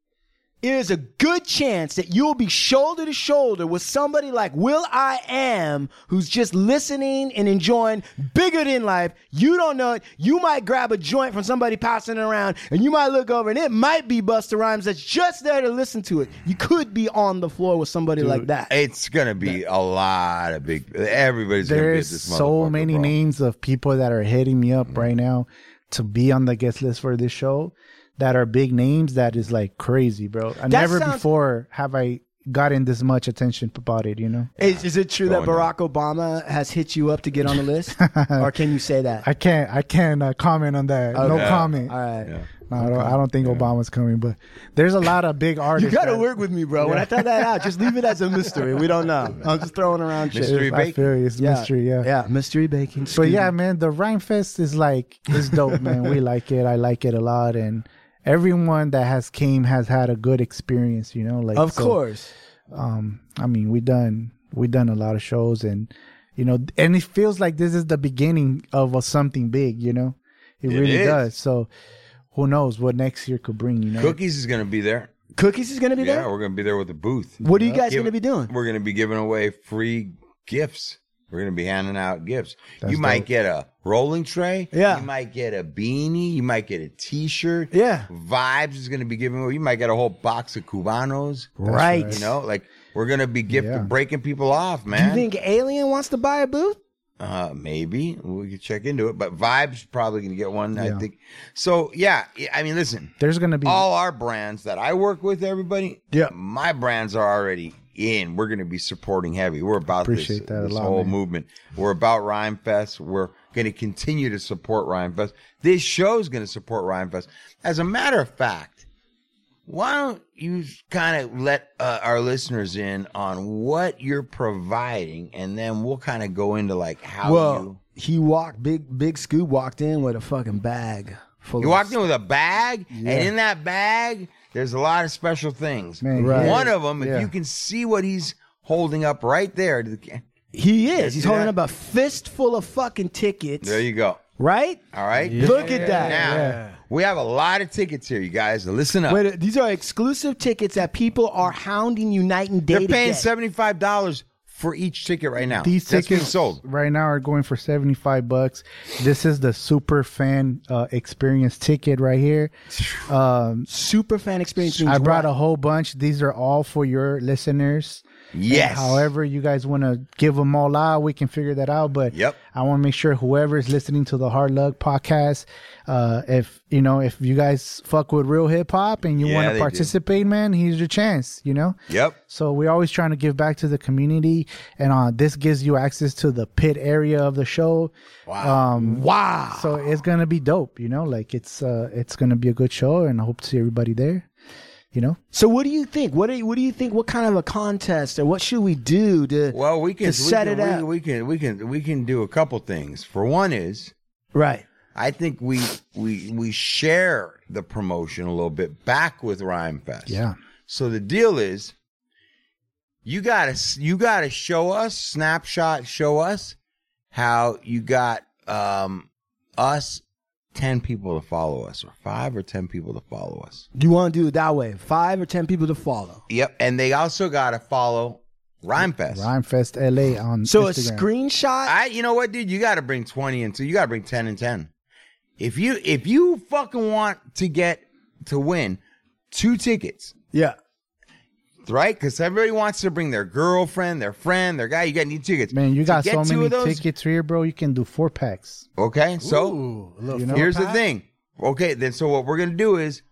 Speaker 3: there's a good chance that you'll be shoulder to shoulder with somebody like Will I Am, who's just listening and enjoying bigger than life. You don't know it. You might grab a joint from somebody passing around, and you might look over, and it might be Buster Rhymes that's just there to listen to it. You could be on the floor with somebody like that.
Speaker 1: It's gonna be a lot of big. Everybody's gonna be at
Speaker 7: there's
Speaker 1: this
Speaker 7: so
Speaker 1: motherfucker, Mm-hmm.
Speaker 7: many
Speaker 1: bro.
Speaker 7: names of people that are hitting me up right now to be on the guest list for this show that are big names that is like crazy, bro. I never
Speaker 3: sounds-
Speaker 7: before have I gotten this much attention about it, you know?
Speaker 3: Is, is it true that
Speaker 1: Going
Speaker 3: Barack Obama has hit you up to get on
Speaker 1: <laughs>
Speaker 3: the list, or can you say that?
Speaker 7: I can't I can't uh, comment on that. No comment.
Speaker 3: All right,
Speaker 7: No, I, don't, I don't think Obama's coming, but there's a lot of
Speaker 3: <laughs>
Speaker 7: big
Speaker 3: you
Speaker 7: artists.
Speaker 3: gotta
Speaker 7: that-
Speaker 3: work with me, bro. When I throw that out, just leave it
Speaker 1: <laughs>
Speaker 3: as a mystery. We don't know. I'm just throwing around shit.
Speaker 1: Mystery
Speaker 7: I
Speaker 1: bacon.
Speaker 7: feel you. It's mystery, yeah.
Speaker 3: yeah, mystery baking.
Speaker 7: But yeah, man, the Rhyme Fest is like it's dope, man. we like it. I like it a lot, and everyone that has came has had a good experience. You know, like
Speaker 3: of
Speaker 7: so,
Speaker 3: course.
Speaker 7: I mean, we done we done a lot of shows, and you know, and it feels like this is the beginning of a something big. You know, it, really
Speaker 1: is.
Speaker 7: does. So, who knows what next year could bring? You know,
Speaker 1: Cookies is gonna be there.
Speaker 3: Cookies is gonna be
Speaker 1: Yeah,
Speaker 3: there.
Speaker 1: we're gonna be there with a booth.
Speaker 3: What are you guys
Speaker 1: Give-
Speaker 3: gonna be doing?
Speaker 1: We're gonna be giving away free gifts. We're gonna be handing out gifts. you might get a rolling tray.
Speaker 3: Yeah.
Speaker 1: You might get a beanie. You might get a T-shirt.
Speaker 3: Yeah.
Speaker 1: Vibes is gonna be giving away. You might get a whole box of Cubanos.
Speaker 3: Right.
Speaker 1: You know, like we're gonna be gifting,
Speaker 7: Yeah.
Speaker 1: breaking people off,
Speaker 3: Do
Speaker 1: man.
Speaker 3: you think Alien wants to buy a booth?
Speaker 1: Uh, maybe we could check into it, but Vibes probably gonna get one. I think. So yeah, I mean, listen,
Speaker 7: there's gonna be
Speaker 1: all our brands that I work with, everybody.
Speaker 3: Yeah.
Speaker 1: my brands are already in. We're gonna be supporting heavy. We're about
Speaker 7: Appreciate
Speaker 1: this,
Speaker 7: that a
Speaker 1: this
Speaker 7: lot,
Speaker 1: whole
Speaker 7: man.
Speaker 1: movement. We're about Rhyme Fest. We're gonna continue to support Rhyme Fest. This show's gonna support Rhyme Fest. As a matter of fact, why don't you kind of let uh, our listeners in on what you're providing, and then we'll kind of go into like how you.
Speaker 3: Well, he walked. Big Big Scoop walked in with a fucking bag full.
Speaker 1: You
Speaker 3: of
Speaker 1: walked in with a bag, and in that bag, there's a lot of special things.
Speaker 7: Man,
Speaker 3: Right.
Speaker 1: One of them, if
Speaker 7: Yeah.
Speaker 1: you can see what he's holding up right there, to the ca-
Speaker 3: He is. He's
Speaker 1: see
Speaker 3: holding
Speaker 1: that?
Speaker 3: up a fistful of fucking tickets.
Speaker 1: there you go.
Speaker 3: right?
Speaker 1: All right,
Speaker 3: Look at that.
Speaker 1: Now we have a lot of tickets here, you guys. Listen up.
Speaker 3: Wait, uh, these are exclusive tickets that people are hounding you night and day
Speaker 1: They're
Speaker 3: to
Speaker 1: paying
Speaker 3: get.
Speaker 1: seventy five dollars for each ticket right now.
Speaker 7: These
Speaker 1: That's being
Speaker 7: tickets
Speaker 1: sold.
Speaker 7: right now are going for 75 bucks. This is the super fan uh, experience ticket right here.
Speaker 3: Super fan experience.
Speaker 7: I
Speaker 3: means
Speaker 7: brought
Speaker 3: what?
Speaker 7: a whole bunch. These are all for your listeners.
Speaker 1: Yes.
Speaker 7: However, you guys want to give them all out, we can figure that out. But
Speaker 1: Yep.
Speaker 7: I want to make sure whoever is listening to the Hard Luck podcast, uh, if you know, if you guys fuck with real hip hop and you
Speaker 1: Yeah,
Speaker 7: want
Speaker 1: they
Speaker 7: to
Speaker 1: do.
Speaker 7: participate, man, here's your chance. You know.
Speaker 1: Yep.
Speaker 7: So we're always trying to give back to the community, and uh, this gives you access to the pit area of the show.
Speaker 1: Wow.
Speaker 3: wow.
Speaker 7: So
Speaker 1: Ah.
Speaker 7: it's gonna be dope, you know. Like it's uh, it's gonna be a good show, and I hope to see everybody there. You know,
Speaker 3: So what do you think? What do you, what do you think? What kind of a contest or what should we do to
Speaker 1: well, we can
Speaker 3: to set
Speaker 1: we
Speaker 3: it
Speaker 1: can,
Speaker 3: up?
Speaker 1: We, we can we can we can do a couple things. For one is
Speaker 3: right.
Speaker 1: I think we we we share the promotion a little bit back with Rhyme Fest.
Speaker 7: Yeah.
Speaker 1: So the deal is, you gotta you gotta show us snapshot, show us how you got um us ten people to follow us, or five or ten people to follow us.
Speaker 3: You want to do it that way? Five or ten people to follow.
Speaker 1: Yep, and they also gotta follow Rhyme Fest.
Speaker 7: Rhymefest LA on
Speaker 3: So
Speaker 7: Instagram.
Speaker 3: a screenshot.
Speaker 1: I you know what, dude? You gotta bring twenty and two. You gotta bring ten and ten. If you if you fucking want to get to win two tickets,
Speaker 3: yeah.
Speaker 1: right? Because everybody wants to bring their girlfriend, their friend, their guy. You got new tickets,
Speaker 7: Man, you
Speaker 1: To
Speaker 7: got
Speaker 1: get
Speaker 7: so
Speaker 1: two
Speaker 7: many
Speaker 1: of those-
Speaker 7: tickets here, bro. You can do four packs.
Speaker 1: Okay, so
Speaker 5: Ooh, a little
Speaker 7: You know?
Speaker 1: Here's the
Speaker 5: pack?
Speaker 1: thing. Okay, then so what we're gonna do is,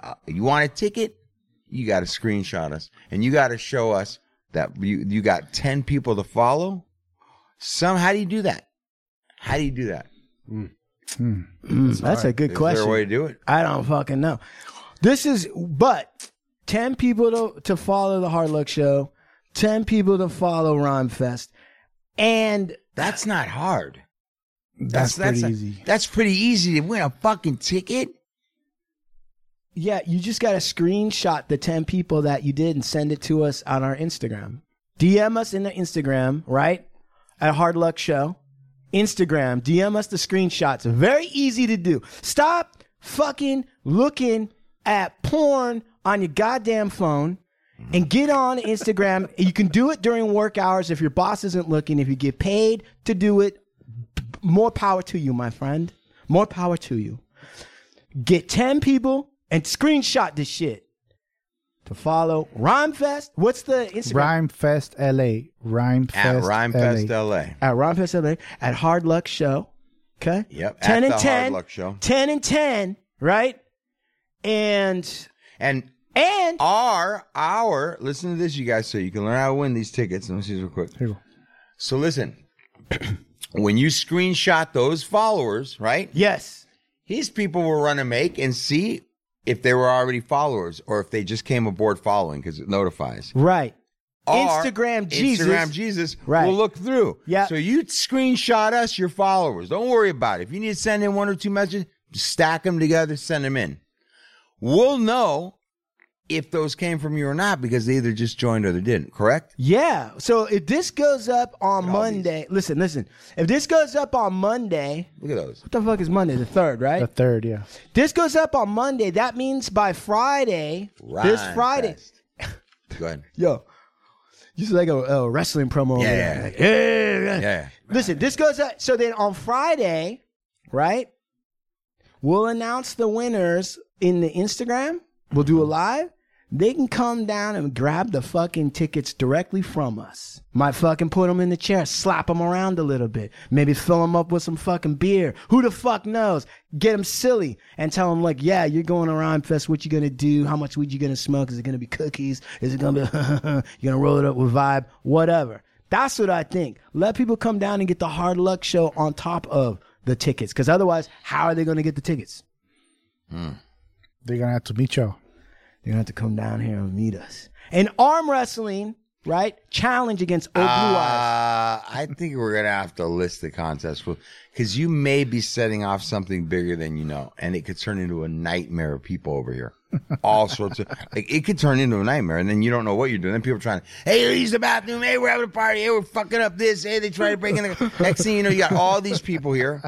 Speaker 1: uh, you want a ticket? You got to screenshot us, and you got to show us that you you got ten people to follow. Some how do you do that? How do you do that?
Speaker 3: That's a good
Speaker 1: Is
Speaker 3: question.
Speaker 1: there a way to do it?
Speaker 3: I don't fucking know. This is but ten people to to follow the Hard Luck Show, ten people to follow Rhyme Fest, and
Speaker 1: That's not hard.
Speaker 7: That's, pretty
Speaker 1: a-
Speaker 7: easy.
Speaker 1: That's pretty easy to win a fucking ticket.
Speaker 3: yeah, you just got to screenshot the ten people that you did and send it to us on our Instagram. DM us in the Instagram, right? At Hard Luck Show, Instagram. DM us the screenshots. Very easy to do. Stop fucking looking at porn on your goddamn phone. and get on Instagram. <laughs> you can do it during work hours if your boss isn't looking. If you get paid to do it, b- more power to you, my friend. More power to you. Get 10 people and screenshot this shit to follow Rhymefest. What's the Instagram?
Speaker 7: Rhyme Fest LA. Rhyme
Speaker 1: At
Speaker 7: Fest
Speaker 1: Rhyme
Speaker 7: LA.
Speaker 1: Fest LA.
Speaker 3: At Rhymefest LA at Hard Luck Show. Okay?
Speaker 1: Yep,
Speaker 3: 10
Speaker 1: at
Speaker 3: and
Speaker 1: the
Speaker 3: 10.
Speaker 1: Hard Luck Show.
Speaker 3: 10 and 10, right? And,
Speaker 1: And
Speaker 3: and,
Speaker 1: our our listen to this, you guys, so you can learn how to win these tickets. Let me see this real quick.
Speaker 7: Here we go.
Speaker 1: So listen, <clears throat> when you screenshot those followers, right?
Speaker 3: yes.
Speaker 1: These people were run to make and see if they were already followers or if they just came aboard following because it notifies.
Speaker 3: Right.
Speaker 1: Or
Speaker 3: Instagram Jesus.
Speaker 1: Instagram Jesus
Speaker 3: Right.
Speaker 1: will look through.
Speaker 3: Yeah.
Speaker 1: So you screenshot us your followers. Don't worry about it. If you need to send in one or two messages, stack them together, send them in. We'll know if those came from you or not because they either just joined or they didn't, correct?
Speaker 3: Yeah. So if this goes up on
Speaker 1: Look at all these.
Speaker 3: Monday, listen, listen. If this goes up on Monday,
Speaker 1: Look at those.
Speaker 3: what the fuck is Monday? The third, right?
Speaker 7: The third, yeah.
Speaker 3: this goes up on Monday. That means by Friday, this
Speaker 1: Rhyme
Speaker 3: Friday.
Speaker 1: fest. Go ahead.
Speaker 3: Yo, you see like a, a wrestling promo.
Speaker 1: Yeah,
Speaker 3: over
Speaker 1: yeah,
Speaker 3: there. Like, yeah, yeah.
Speaker 1: Yeah.
Speaker 3: Listen, this goes up. So then on Friday, right? We'll announce the winners in the Instagram. We'll do a live. They can come down and grab the fucking tickets directly from us. Might fucking put them in the chair, slap them around a little bit, maybe fill them up with some fucking beer. Who the fuck knows? Get them silly and tell them like, yeah, you're going to Rhyme Fest. What you gonna do? How much weed you gonna smoke? Is it gonna be cookies? Is it gonna be? <laughs> you gonna roll it up with vibe? Whatever. That's what I think. Let people come down and get the hard luck show on top of the tickets. Because otherwise, how are they going to get the tickets?
Speaker 7: They're gonna have to meet y'all.
Speaker 3: They're going to have to come down here and meet us. An arm wrestling, right? Challenge against Old Blue Eyes.
Speaker 1: Uh, I think we're gonna have to list the contest because you may be setting off something bigger than you know, and it could turn into a nightmare of people over here. All sorts of like it could turn into a nightmare, and then you don't know what you're doing. Then people are trying to, hey, they use the bathroom. Hey, we're having a party. Hey, we're fucking up this. Hey, they try to break in. The... Next thing you know, you got all these people here.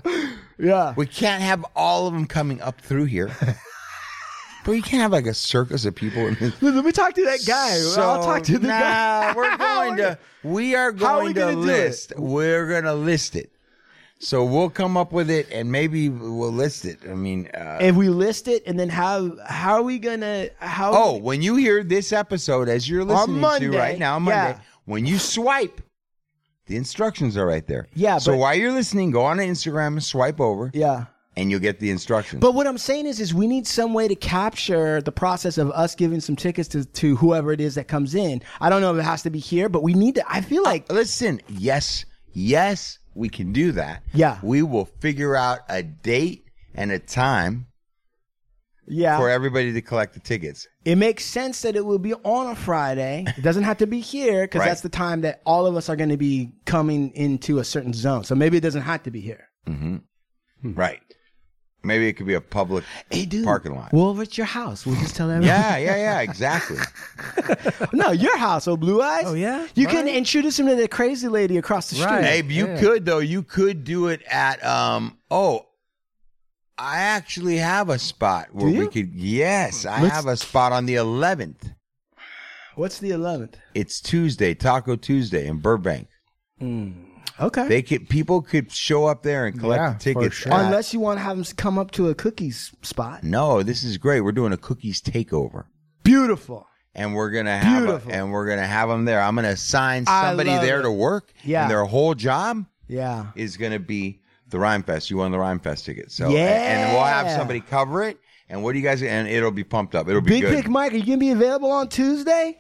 Speaker 3: Yeah.
Speaker 1: We can't have all of them coming up through here. But you can't have like a circus of people. In this.
Speaker 3: Let me talk to that guy. I'll talk to the
Speaker 1: nah,
Speaker 3: guy. <laughs>
Speaker 1: we're going to we are
Speaker 3: How are
Speaker 1: going
Speaker 3: we
Speaker 1: to
Speaker 3: gonna do
Speaker 1: list. We're going to list it. So we'll come up with it and maybe we'll list it. I mean, uh,
Speaker 3: If we list it and then how how are we going to how
Speaker 1: oh, when you hear this episode as you're listening
Speaker 3: Monday,
Speaker 1: to right now on Monday,
Speaker 3: yeah.
Speaker 1: when you swipe, the instructions are right there.
Speaker 3: Yeah,
Speaker 1: So
Speaker 3: but-
Speaker 1: while you're listening, go on to Instagram and swipe over
Speaker 3: yeah.
Speaker 1: and you'll get the instructions.
Speaker 3: But what I'm saying is, is we need some way to capture the process of us giving some tickets to, to whoever it is that comes in. I don't know if it has to be here, but we need to. I feel
Speaker 1: Uh,
Speaker 3: like
Speaker 1: listen, yes, yes, we can do that.
Speaker 3: Yeah.
Speaker 1: We will figure out a date and a time
Speaker 3: yeah,
Speaker 1: for everybody to collect the tickets.
Speaker 3: it makes sense that it will be on a <laughs> Friday. It doesn't have to be here because
Speaker 1: Right.
Speaker 3: that's the time that all of us are going to be coming into a certain zone. So maybe it doesn't have to be here.
Speaker 1: Right. Maybe it could be a public
Speaker 3: Hey, dude,
Speaker 1: parking lot.
Speaker 3: Well, over at your house. We'll just tell everyone.
Speaker 1: yeah, yeah, yeah, exactly.
Speaker 3: <laughs> no, your house. Oh, blue eyes.
Speaker 5: Oh, yeah?
Speaker 3: You
Speaker 5: All
Speaker 3: can
Speaker 5: right.
Speaker 3: introduce him to the crazy lady across the
Speaker 5: Right.
Speaker 3: street.
Speaker 1: Abe, you
Speaker 5: Yeah.
Speaker 1: could though. You could do it at um oh I actually have a spot where
Speaker 3: Do
Speaker 1: we
Speaker 3: you?
Speaker 1: could yes, I
Speaker 3: Let's-
Speaker 1: have a spot on the 11th.
Speaker 3: What's the eleventh?
Speaker 1: It's Tuesday, Taco Tuesday in Burbank.
Speaker 3: Okay.
Speaker 1: They could people could show up there and collect
Speaker 7: Yeah,
Speaker 1: the
Speaker 7: for
Speaker 1: tickets.
Speaker 7: sure.
Speaker 1: at-
Speaker 3: Unless you want to have them come up to a cookies spot.
Speaker 1: Mm. No, this is great. We're doing a cookies takeover.
Speaker 3: Beautiful.
Speaker 1: and we're gonna have
Speaker 3: Beautiful.
Speaker 1: and we're gonna have them there. I'm gonna assign
Speaker 3: I
Speaker 1: somebody
Speaker 3: love
Speaker 1: there
Speaker 3: it.
Speaker 1: to work.
Speaker 3: Yeah.
Speaker 1: and their whole job
Speaker 3: Yeah.
Speaker 1: is gonna be the Rhyme Fest. You won the Rhyme Fest ticket, so and- and we'll have
Speaker 3: Yeah.
Speaker 1: somebody cover it. And what do you guys? And it'll be pumped up. It'll be
Speaker 3: Big
Speaker 1: good.
Speaker 3: Pick Mike, are you gonna be available on Tuesday?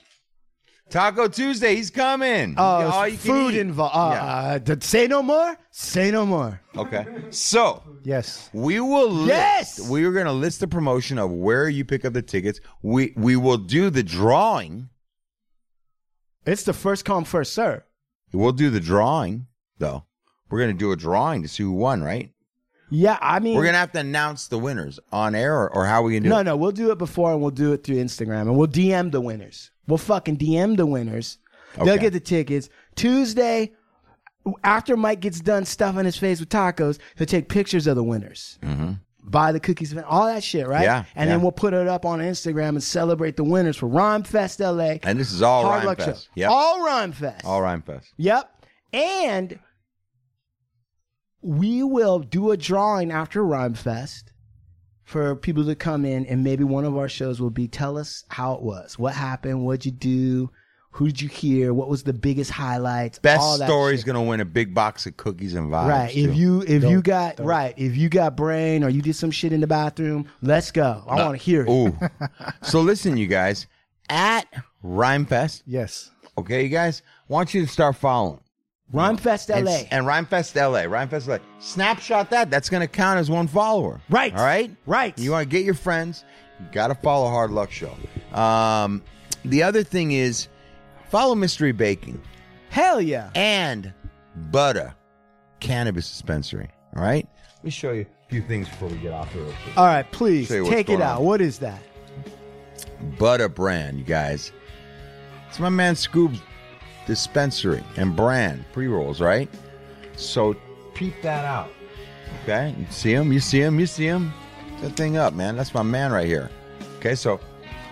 Speaker 1: Taco Tuesday, he's coming.
Speaker 3: Oh,
Speaker 1: All
Speaker 3: it's
Speaker 1: you can
Speaker 3: food
Speaker 1: eat.
Speaker 3: involved. Uh,
Speaker 1: Yeah.
Speaker 3: uh, d- say no more. Say no more.
Speaker 1: Okay, so
Speaker 7: Yes.
Speaker 1: We will list.
Speaker 3: Yes!
Speaker 1: We are going to list the promotion of where you pick up the tickets. We we will do the drawing.
Speaker 3: It's the first come first serve.
Speaker 1: We'll do the drawing though. We're going to do a drawing to see who won, right?
Speaker 3: Yeah, I mean,
Speaker 1: We're going to have to announce the winners on air or, or how we can do
Speaker 3: no,
Speaker 1: it.
Speaker 3: no, we'll do it before and we'll do it through Instagram and we'll DM the winners. We'll fucking DM the winners. They'll
Speaker 1: Okay.
Speaker 3: get the tickets Tuesday. After Mike gets done stuffing his face with tacos, he'll take pictures of the winners, buy the cookies, all that shit, right?
Speaker 1: Mm-hmm. Yeah,
Speaker 3: And
Speaker 1: yeah.
Speaker 3: then we'll put it up on Instagram and celebrate the winners for Rhyme Fest LA.
Speaker 1: And this is all
Speaker 3: Hard
Speaker 1: Rhyme
Speaker 3: Luck
Speaker 1: Fest.
Speaker 3: Show.
Speaker 1: Yep.
Speaker 3: All Rhyme Fest.
Speaker 1: all Rhyme Fest.
Speaker 3: Yep. And we will do a drawing after Rhyme Fest for people to come in, and maybe one of our shows will be tell us how it was, what happened, what'd you do, who did you hear, what was the biggest highlights, all
Speaker 1: Best
Speaker 3: that
Speaker 1: story's
Speaker 3: shit.
Speaker 1: going to win a big box of cookies and vibes.
Speaker 3: Right.
Speaker 1: too.
Speaker 3: If you if you got right, if you got brain or you did some shit in the bathroom, let's go. I want to hear it. <laughs>
Speaker 1: Ooh. so listen, you guys, at Rhyme Fest,
Speaker 7: Yes.
Speaker 1: okay, you guys, want you to start following.
Speaker 3: Rhyme Fest LA.
Speaker 1: and, and Rhymefest LA, Rhymefest LA. Snapshot that. That's going to count as one follower.
Speaker 3: Right.
Speaker 1: All right.
Speaker 3: Right.
Speaker 1: You want to get your friends. You got to follow Hard Luck Show. Um, the other thing is follow Mystery Baking
Speaker 3: Hell yeah.
Speaker 1: and Butter Cannabis Dispensary. All right. Let me show you a few things before we get off here. real quick.
Speaker 3: All right, please
Speaker 1: Show you what's
Speaker 3: take
Speaker 1: going
Speaker 3: it out.
Speaker 1: on.
Speaker 3: What is that?
Speaker 1: Butter brand, you guys. It's my man Scoob's dispensary and brand pre rolls, right? So peep that out. Okay, you see him, you see him, you see him. That thing up, man. That's my man right here. Okay, so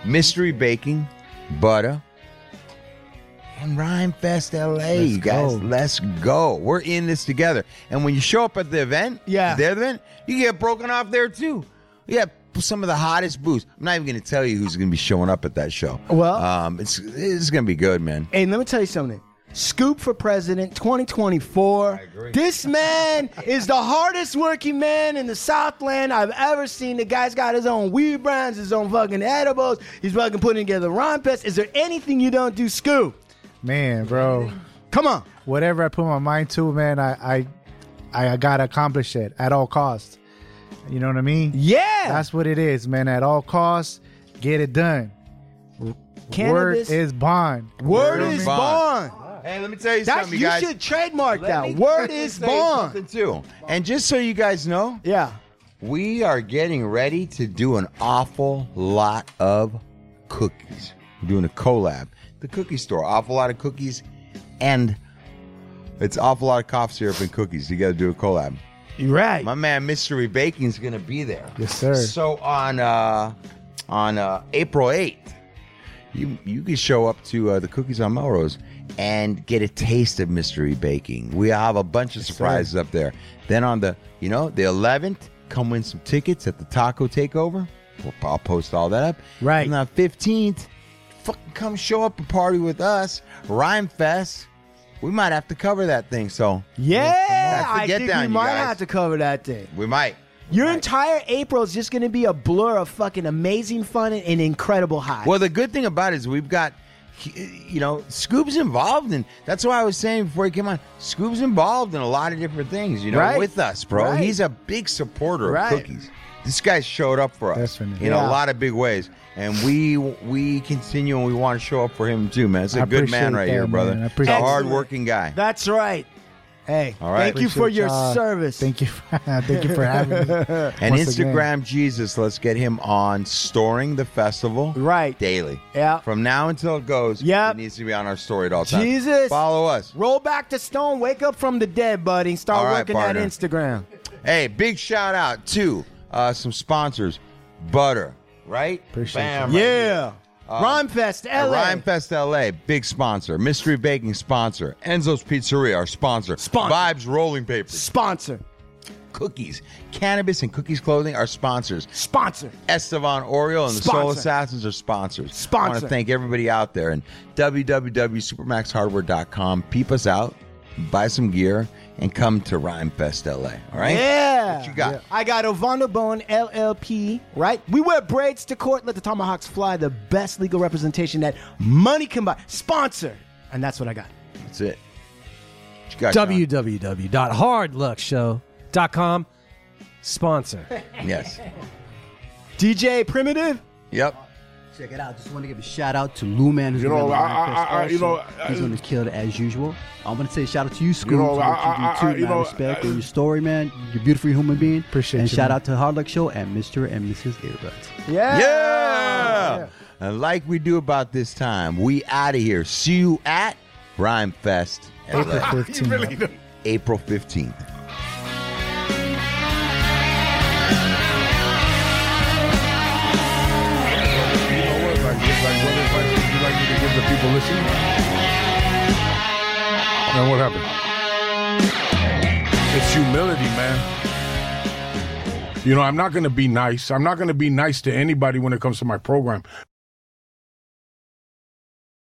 Speaker 1: mystery baking, butter, and Rhyme Fest LA, you guys. Let's go. We're in this together. And when you show up at the event,
Speaker 3: Yeah.
Speaker 1: the event, you get broken off there too. We got some of the hottest booths. I'm not even going to tell you who's going to be showing up at that show.
Speaker 3: Well-
Speaker 1: um, it's it's going to be good, man.
Speaker 3: And let me tell you something. Scoop for president 2024. This man is the hardest working man in the Southland I've ever seen. The guy's got his own weed brands, his own fucking edibles. He's fucking putting together Ron Fest. Is there anything you don't do, Scoop?
Speaker 7: Man, bro.
Speaker 3: Come on.
Speaker 7: Whatever I put my mind to, man, I I I gotta accomplish it at all costs. You know what I mean?
Speaker 3: Yeah.
Speaker 7: That's what it is, man. At all costs, get it done.
Speaker 3: Cannabis-
Speaker 7: Word is bond.
Speaker 1: Word
Speaker 3: Word is
Speaker 1: bond.
Speaker 3: bond.
Speaker 1: Hey, let me tell you
Speaker 3: That's,
Speaker 1: something,
Speaker 3: you
Speaker 1: you guys.
Speaker 3: should trademark
Speaker 1: Let
Speaker 3: that.
Speaker 1: me
Speaker 3: Word
Speaker 1: quickly
Speaker 3: is
Speaker 1: say something,
Speaker 3: bond.
Speaker 1: too. And just so you guys know,
Speaker 3: Yeah.
Speaker 1: we are getting ready to do an awful lot of cookies. We're doing a collab. The cookie store, awful lot of cookies, and it's awful lot of cough syrup and cookies. You got to do a collab.
Speaker 3: You're right.
Speaker 1: My man Mystery Baking is going to be there.
Speaker 7: Yes, sir.
Speaker 1: So on uh, on uh, April 8th, you you can show up to uh, the Cookies on Melrose and get a taste of Mystery Baking. We have a bunch of surprises up there. Then on the you know the 11th, come win some tickets at the Taco Takeover. We'll, I'll post all that up.
Speaker 3: Right.
Speaker 1: And on 15th, fucking come show up and party with us. Rhyme Fest. We might have to cover that thing. So
Speaker 3: yeah.
Speaker 1: That's the
Speaker 3: I
Speaker 1: get
Speaker 3: think
Speaker 1: down,
Speaker 3: we
Speaker 1: you
Speaker 3: might
Speaker 1: guys.
Speaker 3: have to cover that thing.
Speaker 1: we might.
Speaker 3: Your entire April is just going to be a blur of fucking amazing fun and, and incredible highs.
Speaker 1: Well, the good thing about it is we've got, you know, Scoob's involved, and that's why I was saying before he came on, Scoob's involved in a lot of different things, you know,
Speaker 3: Right.
Speaker 1: with us, bro.
Speaker 3: Right.
Speaker 1: He's a big supporter
Speaker 3: Right.
Speaker 1: of cookies. This guy showed up for us
Speaker 7: Definitely.
Speaker 1: in
Speaker 3: Yeah.
Speaker 1: a lot of big ways, and we we continue and we want to show up for him too, man. It's a
Speaker 7: I
Speaker 1: good man
Speaker 7: appreciate
Speaker 1: right
Speaker 7: that,
Speaker 1: here, brother.
Speaker 7: man. I
Speaker 1: He's
Speaker 7: appreciate
Speaker 1: a
Speaker 7: that.
Speaker 1: hardworking guy.
Speaker 3: That's right. Hey,
Speaker 1: All right.
Speaker 3: thank you for your
Speaker 7: Appreciate y'all.
Speaker 3: service.
Speaker 7: Thank you. For, <laughs> thank you
Speaker 1: <laughs>
Speaker 7: for having me.
Speaker 1: and
Speaker 7: Once again.
Speaker 1: Instagram Jesus, let's get him on storing the festival
Speaker 3: Right.
Speaker 1: daily.
Speaker 3: Yeah.
Speaker 1: From now until it goes,
Speaker 3: Yep.
Speaker 1: it needs to be on our story at all times.
Speaker 3: Jesus.
Speaker 1: Follow us.
Speaker 3: Roll back to stone. Wake up from the dead, buddy. Start
Speaker 1: All right,
Speaker 3: working
Speaker 1: partner.
Speaker 3: that Instagram.
Speaker 1: Hey, big shout out to uh, some sponsors, Butter, right?
Speaker 7: Appreciate
Speaker 1: Bam, right here.
Speaker 3: Yeah. Rhyme Fest LA.
Speaker 1: At Rhyme Fest LA, big sponsor. Mystery Baking sponsor. Enzo's Pizzeria, our sponsor.
Speaker 3: Sponsor.
Speaker 1: Vibes Rolling Papers.
Speaker 3: Sponsor.
Speaker 1: Cookies, Cannabis, and Cookies Clothing are sponsors.
Speaker 3: Sponsor.
Speaker 1: Estevan Oriole and the Soul
Speaker 3: Sponsor.
Speaker 1: Assassins are sponsors. I want
Speaker 3: Sponsor.
Speaker 1: to thank everybody out there and www.supermaxhardware.com. Peep us out, buy some gear, and come to Rhyme Fest LA. All right?
Speaker 3: Yeah.
Speaker 1: What you got?
Speaker 3: Yeah. I got Ovando Bone LLP, right? We wear braids to court, let the tomahawks fly, the best legal representation that money can buy. Sponsor. And that's what I got.
Speaker 1: That's it. What you got? Sean?
Speaker 5: www.hardluckshow.com. Sponsor.
Speaker 1: Yes.
Speaker 3: DJ Primitive.
Speaker 1: Yep.
Speaker 6: Check it out. Just want to give a shout out to Lou Man. Who's
Speaker 4: You know,
Speaker 6: gonna
Speaker 4: I-
Speaker 6: manifest
Speaker 4: I- I-
Speaker 6: also.
Speaker 4: you know, I-
Speaker 6: he's going to kill it as usual. I want to say shout out to you, Scoop.
Speaker 4: know,
Speaker 6: for what
Speaker 4: I- I-
Speaker 6: you do
Speaker 4: I-
Speaker 6: too,
Speaker 4: you
Speaker 6: man.
Speaker 4: know,
Speaker 6: Respect
Speaker 4: I-
Speaker 6: in your story, man. You're a beautiful human being.
Speaker 8: Appreciate
Speaker 6: And
Speaker 8: you,
Speaker 6: shout
Speaker 8: man.
Speaker 6: out to Hard Luck Show and Mr. and Mrs. Earbuds.
Speaker 3: Yeah.
Speaker 1: Yeah. And like we do about this time, we out of here. See you at Rhyme Fest
Speaker 8: April
Speaker 1: LA,
Speaker 8: 15th.
Speaker 1: April 15th.
Speaker 4: You know what? Like, just like what advice would you like me to give the people listening? Now what happened? It's humility, man. You know, I'm not going to be nice. I'm not going to be nice to anybody when it comes to my program.